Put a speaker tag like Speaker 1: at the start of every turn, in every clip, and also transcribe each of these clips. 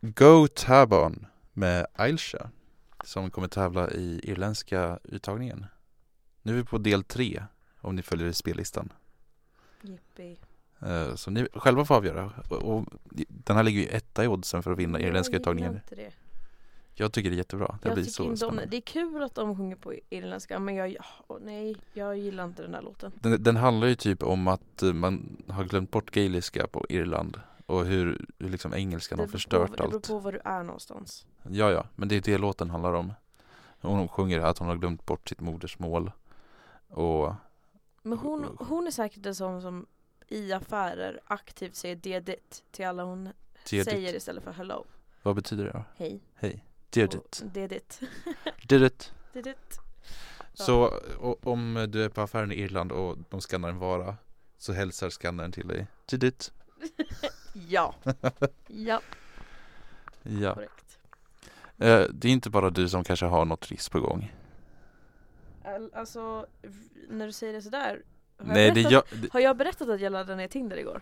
Speaker 1: Go Tabon med Ailsha som kommer tävla i irländska uttagningen. Nu är vi på del tre om ni följer spellistan.
Speaker 2: Jippi.
Speaker 1: Eh, Så ni själva får avgöra. Och- Och den här ligger ju etta i oddsen för att vinna irländska
Speaker 2: Jag gillar
Speaker 1: uttagningen.
Speaker 2: inte det.
Speaker 1: Jag tycker det är jättebra. Det
Speaker 2: Jag
Speaker 1: blir
Speaker 2: tycker
Speaker 1: så
Speaker 2: inte om det.
Speaker 1: spännande.
Speaker 2: Det är kul att de sjunger på irländska men jag, åh, nej, jag gillar inte den här låten.
Speaker 1: Den, den handlar ju typ om att eh, man har glömt bort gaeliska på Irland och hur, hur liksom engelskan har
Speaker 2: beror
Speaker 1: förstört
Speaker 2: på, Det beror
Speaker 1: allt.
Speaker 2: på var du är någonstans.
Speaker 1: Ja, ja, men det är det låten handlar om. Hon sjunger att hon har glömt bort sitt modersmål. Och
Speaker 2: Men hon, hon är säkert en sån som i affärer aktivt säger det ditt till alla hon
Speaker 1: did
Speaker 2: säger
Speaker 1: it.
Speaker 2: istället för hello.
Speaker 1: Vad betyder det då?
Speaker 2: Hej.
Speaker 1: Hej. Did
Speaker 2: och
Speaker 1: it.
Speaker 2: Det ditt.
Speaker 1: Did it.
Speaker 2: Det ditt.
Speaker 1: Så o- om du är på affären i Irland och de skannar en vara så hälsar skannaren till dig. Did it.
Speaker 2: Ja. Ja,
Speaker 1: Ja.
Speaker 2: korrekt.
Speaker 1: Eh, Det är inte bara du som kanske har något risk på gång.
Speaker 2: Al- Alltså, v- när du säger det sådär. Har
Speaker 1: Nej,
Speaker 2: jag
Speaker 1: det är
Speaker 2: berättat,
Speaker 1: jag. det-
Speaker 2: har jag berättat att jag laddade ner Tinder igår?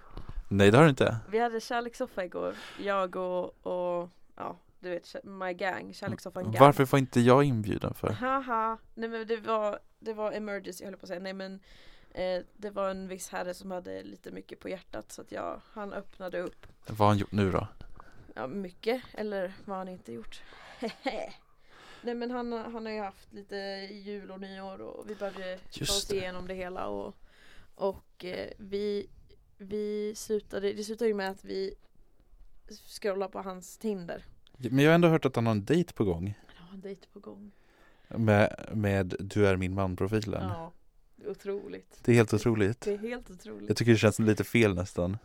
Speaker 1: Nej, det har du inte.
Speaker 2: Vi hade kärlekssoffa igår. Jag och, och ja, du vet, kä- my gang. Kärlekssoffan gang.
Speaker 1: Varför får inte jag inbjudan för?
Speaker 2: Haha, nej men det var, det var emergency höll jag på att säga, nej men eh, Det var en viss herre som hade lite mycket på hjärtat så att jag, han öppnade upp
Speaker 1: Vad har han gjort nu då?
Speaker 2: Ja mycket, eller vad han inte gjort Nej men han, han har ju haft lite jul och nyår och vi behövde ta
Speaker 1: Just
Speaker 2: oss
Speaker 1: det.
Speaker 2: igenom det hela och Och eh, vi, vi slutade, det slutade ju med att vi scrollade på hans Tinder
Speaker 1: Men jag har ändå hört att han har en dejt på gång
Speaker 2: Han har en dejt på gång
Speaker 1: med, med Du är min man-profilen.
Speaker 2: Ja, det är otroligt
Speaker 1: Det är helt otroligt.
Speaker 2: Det är helt otroligt
Speaker 1: Jag tycker det känns lite fel nästan.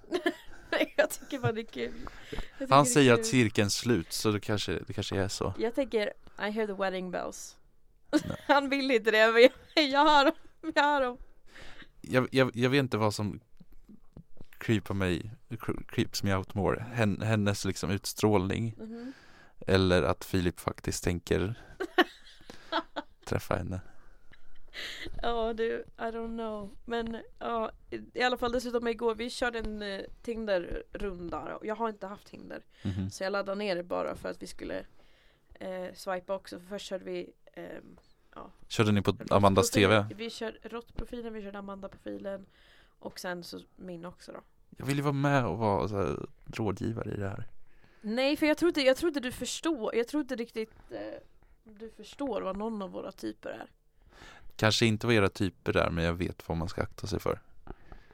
Speaker 2: Nej, jag tycker bara det är kul. Jag tycker
Speaker 1: Han
Speaker 2: det är
Speaker 1: säger att
Speaker 2: kul.
Speaker 1: cirkeln sluts så det kanske, det kanske är så.
Speaker 2: Jag tänker I hear the wedding bells.
Speaker 1: Nej.
Speaker 2: Han vill inte det men jag, jag har dem. Jag har dem.
Speaker 1: Jag, jag, jag vet inte vad som creepar mig, cre- creeps me out more. Hen, hennes liksom utstrålning
Speaker 2: Mhm.
Speaker 1: eller att Filip faktiskt tänker träffa henne.
Speaker 2: Ja du, I don't know. Men ja, i alla fall dessutom igår, vi körde en eh, Tinder-runda. Jag har inte haft Tinder.
Speaker 1: Mhm.
Speaker 2: Så jag laddade ner det bara för att vi skulle eh, swipa också. För först körde vi ehm,
Speaker 1: Körde ni på Amandas TV?
Speaker 2: Vi körde råttprofilen, vi körde Amanda-profilen. Och sen så min också då.
Speaker 1: Jag vill ju vara med och vara så här, rådgivare i det här.
Speaker 2: Nej, för jag tror inte, jag tror inte du förstår. Jag tror inte riktigt eh, du förstår vad någon av våra typer är.
Speaker 1: Kanske inte vad era typer är men jag vet vad man ska akta sig för.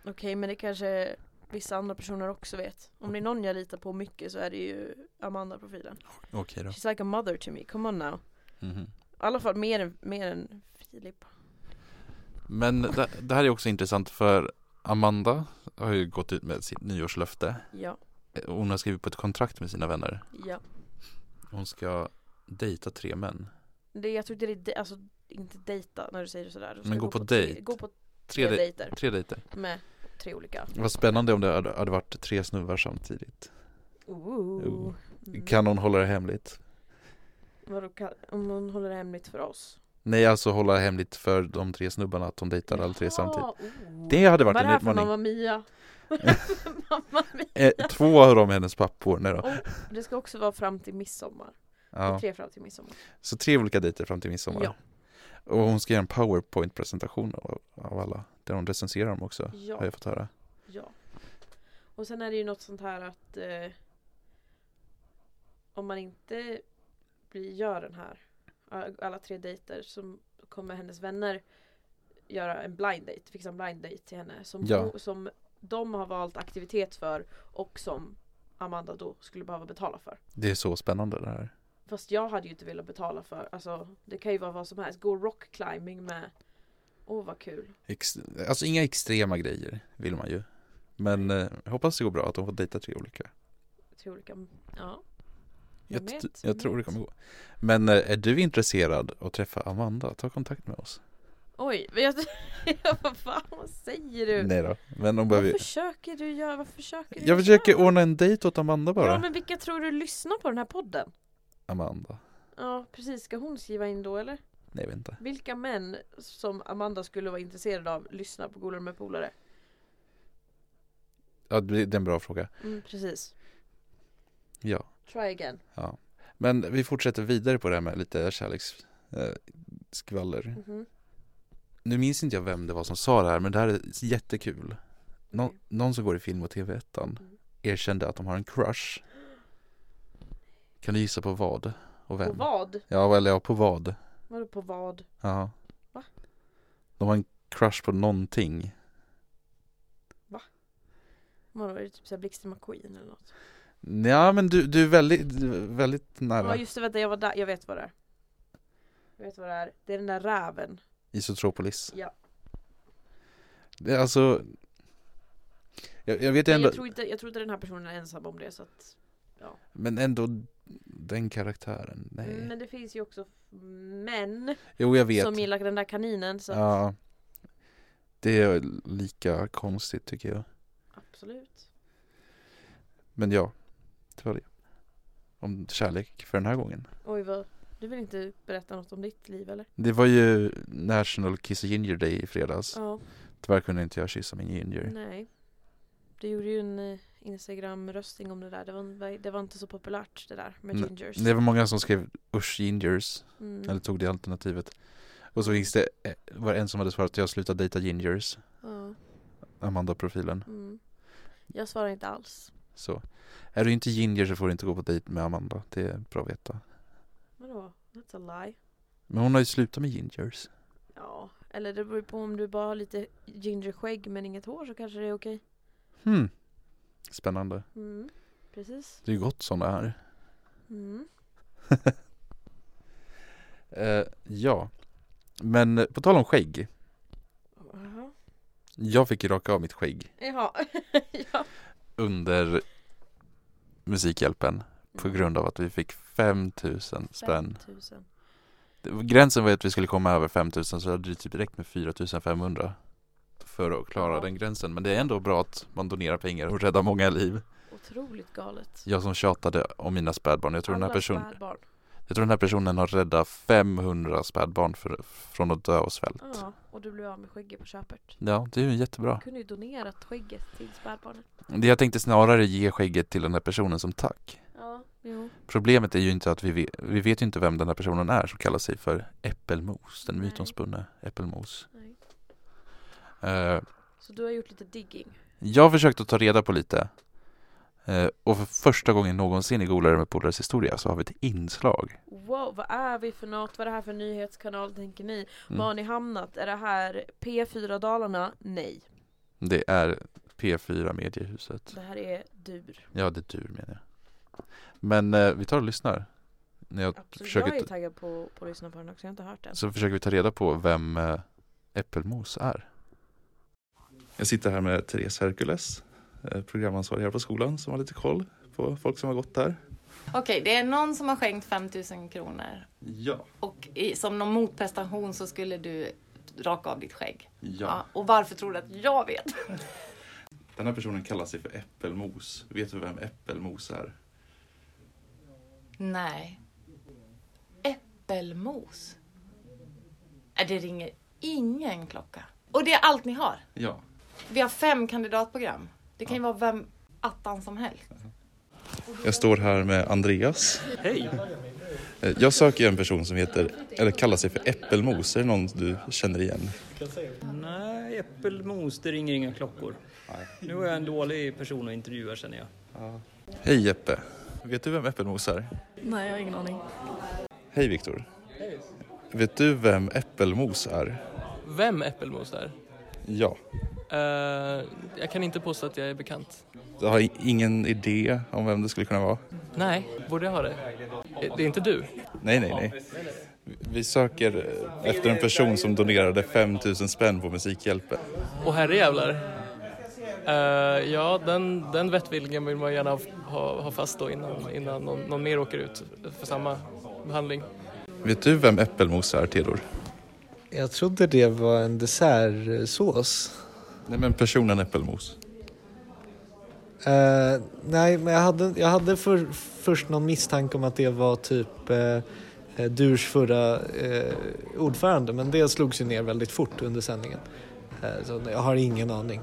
Speaker 2: Okej, men det kanske vissa andra personer också vet. Om det är någon jag litar på mycket så är det ju Amanda-profilen.
Speaker 1: Okej då.
Speaker 2: She's like a mother to me, come on now.
Speaker 1: Mhm.
Speaker 2: I alla fall mer än, mer än Filip.
Speaker 1: Men det, det här är också intressant för Amanda har ju gått ut med sitt nyårslöfte.
Speaker 2: Ja,
Speaker 1: Hon har skrivit på ett kontrakt med sina vänner.
Speaker 2: ja.
Speaker 1: Hon ska dejta tre män.
Speaker 2: Det, jag tror inte det är, de, alltså inte dejta när du säger det sådär. Du ska
Speaker 1: Men gå på
Speaker 2: tre-
Speaker 1: dejt.
Speaker 2: Gå på tre
Speaker 1: Tre, dej-
Speaker 2: dejter
Speaker 1: tre dejter.
Speaker 2: med tre olika.
Speaker 1: Vad spännande om det hade hade varit tre snubbar samtidigt.
Speaker 2: Ooh.
Speaker 1: Ooh.
Speaker 2: Mm.
Speaker 1: Oh. Kan hon hålla det hemligt?
Speaker 2: Vadå, kan, om någon håller det hemligt för oss?
Speaker 1: Nej, alltså hålla hemligt för de tre snubbarna att de dejtar alla tre samtidigt.
Speaker 2: Jaha, oh.
Speaker 1: Det hade varit
Speaker 2: Vad är
Speaker 1: en
Speaker 2: det här för
Speaker 1: utmaning.
Speaker 2: Mamma Mia? Vad är det för Mamma Mia?
Speaker 1: Eh, två av dem är hennes pappor. Nej då.
Speaker 2: Oh, det ska också vara fram till midsommar. Det är
Speaker 1: Ja.
Speaker 2: Tre fram till midsommar.
Speaker 1: Så tre olika dejter fram till midsommar.
Speaker 2: Ja.
Speaker 1: Och hon ska göra en powerpoint-presentation av, av alla. Där hon recenserar dem också, har
Speaker 2: Ja,
Speaker 1: jag fått höra.
Speaker 2: ja. Och sen är det ju något sånt här att eh, om man inte blir, gör den här alla tre dejter så kommer hennes vänner göra en blind date, fixa en blind date till henne som,
Speaker 1: Ja.
Speaker 2: som de har valt aktivitet för och som Amanda då skulle behöva betala för.
Speaker 1: Det är så spännande det här.
Speaker 2: Fast jag hade ju inte velat betala för, alltså det kan ju vara vad som helst. Gå rock climbing med. Åh vad kul.
Speaker 1: Ex- alltså inga extrema grejer vill man ju. Men eh, jag hoppas det går bra att de får dejta tre olika.
Speaker 2: Tre olika, ja.
Speaker 1: Jag,
Speaker 2: vet,
Speaker 1: t-
Speaker 2: jag
Speaker 1: jag tror det
Speaker 2: vet.
Speaker 1: kommer gå. Men eh, är du intresserad att träffa Amanda? Ta kontakt med oss.
Speaker 2: Oj, men jag, jag vad fan vad säger du?
Speaker 1: Nej då, men hon
Speaker 2: vad
Speaker 1: behöver ju-
Speaker 2: försöker du göra? Vad försöker du
Speaker 1: Jag försöker
Speaker 2: göra?
Speaker 1: ordna en dejt åt Amanda bara.
Speaker 2: Ja men vilka tror du lyssnar på den här podden?
Speaker 1: Amanda.
Speaker 2: Ja precis, ska hon skriva in då eller?
Speaker 1: Nej, jag vet inte.
Speaker 2: Vilka män som Amanda skulle vara intresserad av lyssnar på Golare med polare?
Speaker 1: Ja, det det är en bra fråga.
Speaker 2: Mm, precis.
Speaker 1: Ja.
Speaker 2: Try again.
Speaker 1: Ja. Men vi fortsätter vidare på det här med lite kärleksskvaller. Eh, skvaller.
Speaker 2: Mhm.
Speaker 1: nu minns inte jag vem det var som sa det här, men det här är jättekul. Nå-
Speaker 2: Okej.
Speaker 1: Någon som går i film och TV1
Speaker 2: Mm.
Speaker 1: erkände att de har en crush. Kan du gissa på vad och vem?
Speaker 2: På vad?
Speaker 1: Ja, eller ja, på vad.
Speaker 2: Vadå på vad?
Speaker 1: Ja.
Speaker 2: Va?
Speaker 1: De har en crush på någonting.
Speaker 2: Vadå, är det typ såhär Blixten McQueen eller något?
Speaker 1: Ja, men du, du är väldigt, du är väldigt
Speaker 2: Ja
Speaker 1: nära
Speaker 2: just det, vänta jag var där, jag vet vad det är. Jag vet vad det är. Det är den där räven.
Speaker 1: Isotropolis.
Speaker 2: Ja.
Speaker 1: Det är alltså... Jag, jag vet ju
Speaker 2: Men
Speaker 1: ändå,
Speaker 2: jag, tror inte, jag tror inte den här personen är ensam om det så att
Speaker 1: men ändå den karaktären. Nej.
Speaker 2: Mm, Men det finns ju också män
Speaker 1: jo, jag vet.
Speaker 2: som gillar den där kaninen så att,
Speaker 1: Ja. Det är lika konstigt tycker jag.
Speaker 2: absolut.
Speaker 1: Men ja, det var det. Om kärlek för den här gången.
Speaker 2: Oj vad, du vill inte berätta något om ditt liv eller?
Speaker 1: Det var ju National Kiss a Ginger Day i fredags.
Speaker 2: Ja,
Speaker 1: Tyvärr kunde inte jag kyssa min ginger.
Speaker 2: nej. Du gjorde ju en eh, Instagram-röstning om det där. Det var, det var inte så populärt det där med
Speaker 1: Nej,
Speaker 2: gingers.
Speaker 1: Det var många som skrev usch gingers,
Speaker 2: Mm.
Speaker 1: eller tog det alternativet. Och så finns det, eh, var det en som hade svarat jag slutar dejta gingers,
Speaker 2: Ja,
Speaker 1: Amanda-profilen.
Speaker 2: mm. Jag svarar inte alls.
Speaker 1: Så är du inte ginger så får du inte gå på dejt med Amanda, det är bra att veta.
Speaker 2: Vadå? That's a lie.
Speaker 1: Men hon har ju slutat med gingers.
Speaker 2: Ja, eller det beror ju på om du bara har lite gingerskägg men inget hår så kanske det är okej.
Speaker 1: Hmm. Spännande.
Speaker 2: Mm. Precis.
Speaker 1: Det är gott som det är.
Speaker 2: Mm.
Speaker 1: Eh, ja, men eh, på tal om skägg.
Speaker 2: Jaha.
Speaker 1: Jag fick ju raka av mitt skägg
Speaker 2: Jaha. ja.
Speaker 1: under Musikhjälpen på
Speaker 2: Mm.
Speaker 1: grund av att vi fick 5000 spänn.
Speaker 2: 5000.
Speaker 1: Det- Gränsen var ju att vi skulle komma över 5000 så hade det typ räckt med 4500 för att klara
Speaker 2: Ja.
Speaker 1: den gränsen. Men det är ändå bra att man donerar pengar och räddar många liv.
Speaker 2: Otroligt galet.
Speaker 1: Jag som tjatade om mina spädbarn, jag tror, den här,
Speaker 2: Alla
Speaker 1: person,
Speaker 2: spädbarn.
Speaker 1: jag tror den här personen har räddat 500 spädbarn för, från att dö av svält.
Speaker 2: Ja, och du blev av med skägget på köpet.
Speaker 1: Ja, det är ju jättebra.
Speaker 2: Du kunde ju donerat skägget till spädbarnet.
Speaker 1: Det jag tänkte snarare ge skägget till den här personen som tack.
Speaker 2: Ja, jo.
Speaker 1: Problemet är ju inte att vi vet, vi vet ju inte vem den här personen är som kallar sig för Äppelmos, den
Speaker 2: Nej.
Speaker 1: mytomspunne Äppelmos.
Speaker 2: Nej.
Speaker 1: Eh,
Speaker 2: Så du har gjort lite digging.
Speaker 1: jag har försökt att ta reda på lite. Eh, och för första gången någonsin i Golare med Polares historia så har vi ett inslag.
Speaker 2: Wow, vad är vi för något? Vad är det här för nyhetskanal tänker ni?
Speaker 1: Mm.
Speaker 2: Var har ni hamnat? Är det här P4 Dalarna? Nej.
Speaker 1: Det är P4 Mediehuset.
Speaker 2: Det här är dur.
Speaker 1: Ja, det är du menar jag. Men eh, vi tar och lyssnar. När jag
Speaker 2: Absolut.
Speaker 1: försöker,
Speaker 2: Jag är taggad på, på att lyssna på den också. Jag har inte hört den.
Speaker 1: så försöker vi ta reda på vem eh, Äppelmos är. Jag sitter här med Therese Herkules, eh, programansvarig här på skolan som har lite koll på folk som har gått där.
Speaker 3: Okej, det är någon som har skänkt 5 000 kronor.
Speaker 1: Ja.
Speaker 3: Och i, som någon motprestation så skulle du raka av ditt skägg.
Speaker 1: ja.
Speaker 3: och varför tror du att jag vet?
Speaker 1: Den här personen kallar sig för Äppelmos. Vet du vem Äppelmos är?
Speaker 3: Nej. Äppelmos. Nej, Det ringer ingen klocka. Och det är allt ni har.
Speaker 1: Ja.
Speaker 3: Vi har fem kandidatprogram. Det kan ju vara vem attan som helst.
Speaker 1: Jag står här med Andreas. Hej! Jag söker en person som heter, eller kallar sig för Äppelmos. Är det någon du känner igen?
Speaker 4: Nej, äppelmos, det ringer inga klockor. Nu är jag en dålig person att intervjua känner jag.
Speaker 1: Hej Jeppe. Vet du vem Äppelmos är? Nej, jag har ingen aning. Hej Viktor. Vet du vem Äppelmos är?
Speaker 5: Vem Äppelmos är?
Speaker 1: Ja.
Speaker 5: Eh, jag kan inte påstå att jag är bekant.
Speaker 1: Jag har i- ingen idé om vem det skulle kunna vara.
Speaker 5: Nej, borde jag ha det? Eh, Det är inte du?
Speaker 1: Nej, nej, nej. Vi söker eh, efter en person som donerade 5 000 spänn på Musikhjälpen.
Speaker 5: Och herrejävlar. Eh, ja, den, den vettvilligen vill man gärna ha, ha fast då innan, innan någon, någon mer åker ut för samma behandling.
Speaker 1: Vet du vem Äppelmos är, Theodor?
Speaker 6: Jag trodde det var en dessertsås.
Speaker 1: Nej, men personen Äppelmos.
Speaker 6: Eh, nej, men jag hade, jag hade för, först någon misstanke om att det var typ eh, eh, Durs förra eh, ordförande, men det slogs ju ner väldigt fort under sändningen. Eh, så jag har ingen aning.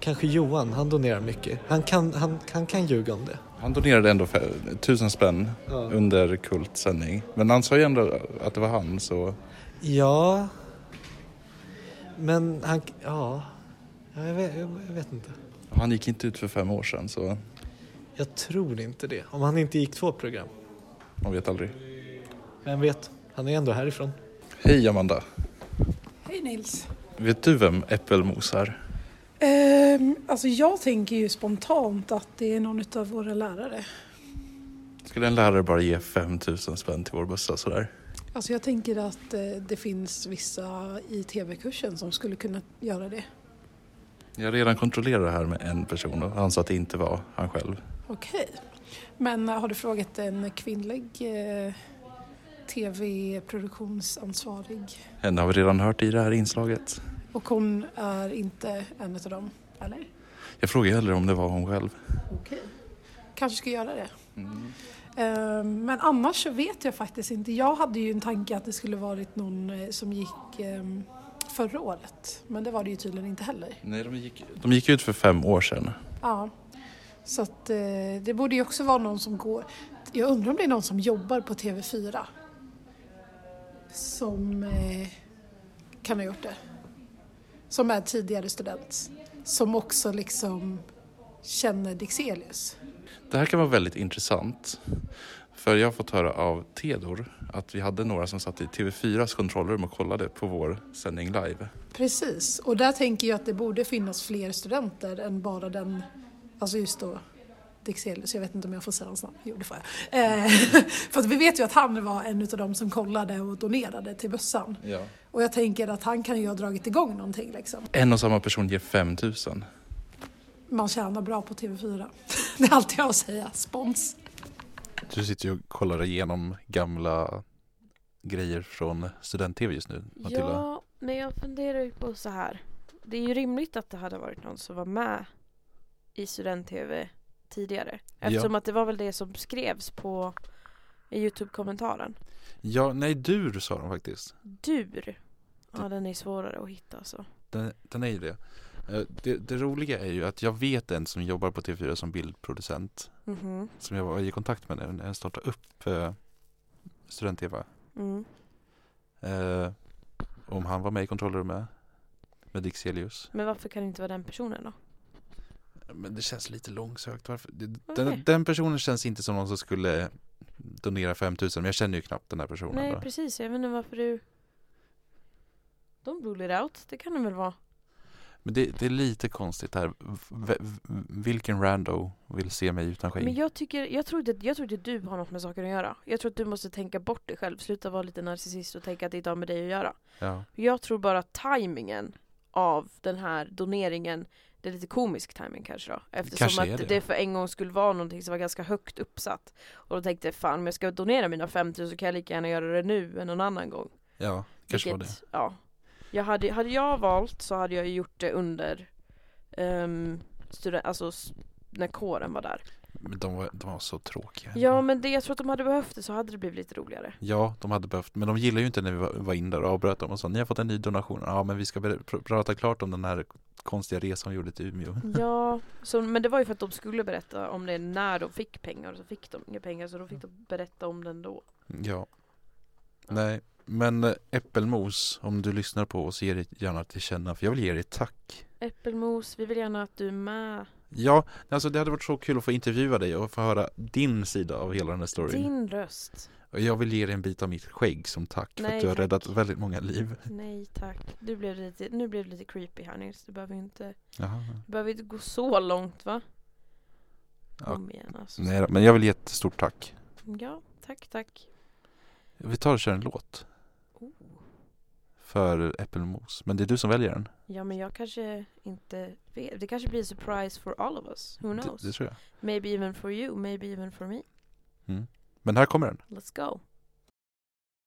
Speaker 6: Kanske Johan, han donerar mycket. Han kan, han, han kan ljuga om det.
Speaker 1: Han donerade ändå fe- tusen spänn
Speaker 6: Ja.
Speaker 1: under Kultsändning. Men han sa ju ändå att det var han så...
Speaker 6: Ja. Men han... Ja. Ja, Jag vet, jag vet inte.
Speaker 1: Han gick inte ut för fem år sedan så
Speaker 6: Jag tror inte det. Om han inte gick två program.
Speaker 1: man vet aldrig.
Speaker 6: Vem vet? Han är ändå härifrån.
Speaker 1: Hej Amanda!
Speaker 7: Hej Nils.
Speaker 1: Vet du vem Äppelmos är?
Speaker 7: Ehm, alltså jag tänker ju spontant att det är någon av våra lärare.
Speaker 1: Skulle en lärare bara ge 5000 spänn till vår bussa sådär?
Speaker 7: Alltså jag tänker att eh, det finns vissa i tv-kursen som skulle kunna göra det.
Speaker 1: Jag har redan kontrollerat det här med en person och han sa att det inte var han själv.
Speaker 7: Okej. Men eh, har du frågat en kvinnlig eh, tv-produktionsansvarig?
Speaker 1: Henne har vi redan hört i det här inslaget.
Speaker 7: Och hon är inte en av dem, eller?
Speaker 1: Jag frågar hellre om det var hon själv.
Speaker 7: Okej. Kanske ska göra det. Ehm, Men annars så vet jag faktiskt inte. Jag hade ju en tanke att det skulle varit någon eh, som gick ehm, förra året. Men det var det ju tydligen inte heller.
Speaker 1: Nej, de gick, de gick ut för fem år sedan.
Speaker 7: Ja. Så att eh, det borde ju också vara någon som går. Jag undrar om det är någon som jobbar på TV4. Som eh, kan ha gjort det. Som är tidigare student. Som också liksom känner Dixelius.
Speaker 1: Det här kan vara väldigt intressant. För jag har fått höra av Tedor att vi hade några som satt i TV4s kontrollrum och kollade på vår sändning live.
Speaker 7: Precis, och där tänker jag att det borde finnas fler studenter än bara den, alltså just då Dexelius, jag vet inte om jag får säga hans namn, jo det får jag. Eh, för att vi vet ju att han var en av dem som kollade och donerade till bössan. Och jag tänker att han kan ju ha dragit igång någonting liksom.
Speaker 1: En och samma person ger 5000.
Speaker 7: Man tjänar bra på TV4. Det är allt jag har att säga, spons.
Speaker 1: Du sitter ju och kollar igenom gamla grejer från student-tv just nu, Matilda.
Speaker 2: Ja, men jag funderar ju på så här. Det är ju rimligt att det hade varit någon som var med i student-tv tidigare. Eftersom att det var väl det som skrevs på i Youtube-kommentaren.
Speaker 1: Ja, nej, dur sa de faktiskt.
Speaker 2: Dur. Ja, den är svårare att hitta alltså. så.
Speaker 1: Den, den är ju det. Eh, det. Det roliga är ju att jag vet en som jobbar på TV4 som bildproducent
Speaker 2: Mhm.
Speaker 1: som jag var i kontakt med när jag startade upp eh, student-tv.
Speaker 2: Mm.
Speaker 1: Eh, om han var med i kontrollrummet med Dixelius.
Speaker 2: Men varför kan det inte vara den personen då?
Speaker 1: Men det känns lite långsökt. Varför? Det,
Speaker 2: Okej.
Speaker 1: den, den personen känns inte som någon som skulle donera 5000 men jag känner ju knappt den här personen.
Speaker 2: Nej,
Speaker 1: då.
Speaker 2: precis. Jag vet inte varför du... De rule it out. Det kan de väl vara?
Speaker 1: Men det, det är lite konstigt här. V, v, vilken rando vill se mig utan skägg?
Speaker 2: Men jag tycker, jag tror, inte, jag tror inte du har något med saker att göra. Jag tror att du måste tänka bort dig själv. Sluta vara lite narcissist och tänka att det inte har med dig att göra.
Speaker 1: Ja.
Speaker 2: Jag tror bara att tajmingen av den här doneringen, det är lite komisk tajming kanske då. Eftersom
Speaker 1: Kanske är
Speaker 2: att
Speaker 1: det.
Speaker 2: det. för en gång skulle vara någonting som var ganska högt uppsatt. Och då tänkte jag fan om jag ska donera mina 5000 så kan jag lika gärna göra det nu än någon annan gång.
Speaker 1: ja, kanske var det.
Speaker 2: Vilket, Ja. Jag hade, hade jag valt så hade jag ju gjort det under um, studen, alltså s- när kåren var där.
Speaker 1: Men de var, de var så tråkiga.
Speaker 2: Ja men det, jag tror att de hade behövt det så hade det blivit lite roligare.
Speaker 1: Ja, de hade behövt, men de gillade ju inte när vi var, var in där och avbröt dem och sa ni har fått en ny donation. Ja, men vi ska ber- pr- prata klart om den här konstiga resan vi gjorde till Umeå.
Speaker 2: Ja, så, men det var ju för att de skulle berätta om det när de fick pengar och så fick de inga pengar så då
Speaker 1: Mm.
Speaker 2: fick de berätta om den då.
Speaker 1: Ja. Nej, men eh, äppelmos, om du lyssnar på oss, ge det gärna till känna för jag vill ge dig ett tack.
Speaker 2: Äppelmos, vi vill gärna att du är med.
Speaker 1: Ja, alltså det hade varit så kul att få intervjua dig och få höra din sida av hela den här storyn.
Speaker 2: Din röst.
Speaker 1: Och jag vill ge dig en bit av mitt skägg som tack för att
Speaker 2: Nej,
Speaker 1: du har
Speaker 2: tack.
Speaker 1: räddat väldigt många liv.
Speaker 2: Nej tack. Du blev lite, nu blev det lite creepy här Nils. Du behöver ju inte,
Speaker 1: Jaha.
Speaker 2: du behöver inte gå så långt va?
Speaker 1: Ja.
Speaker 2: Kom igen alltså.
Speaker 1: Nej, då, men jag vill ge ett stort tack.
Speaker 2: Ja, tack tack.
Speaker 1: Vi tar och kör en låt
Speaker 2: Oh.
Speaker 1: för äppelmos, men det är du som väljer den.
Speaker 2: Ja men jag kanske inte vet. Det kanske blir en surprise for all of us. Who
Speaker 1: Det,
Speaker 2: knows?
Speaker 1: det tror jag.
Speaker 2: Maybe even for you, maybe even for me.
Speaker 1: Men här kommer den.
Speaker 2: Let's go.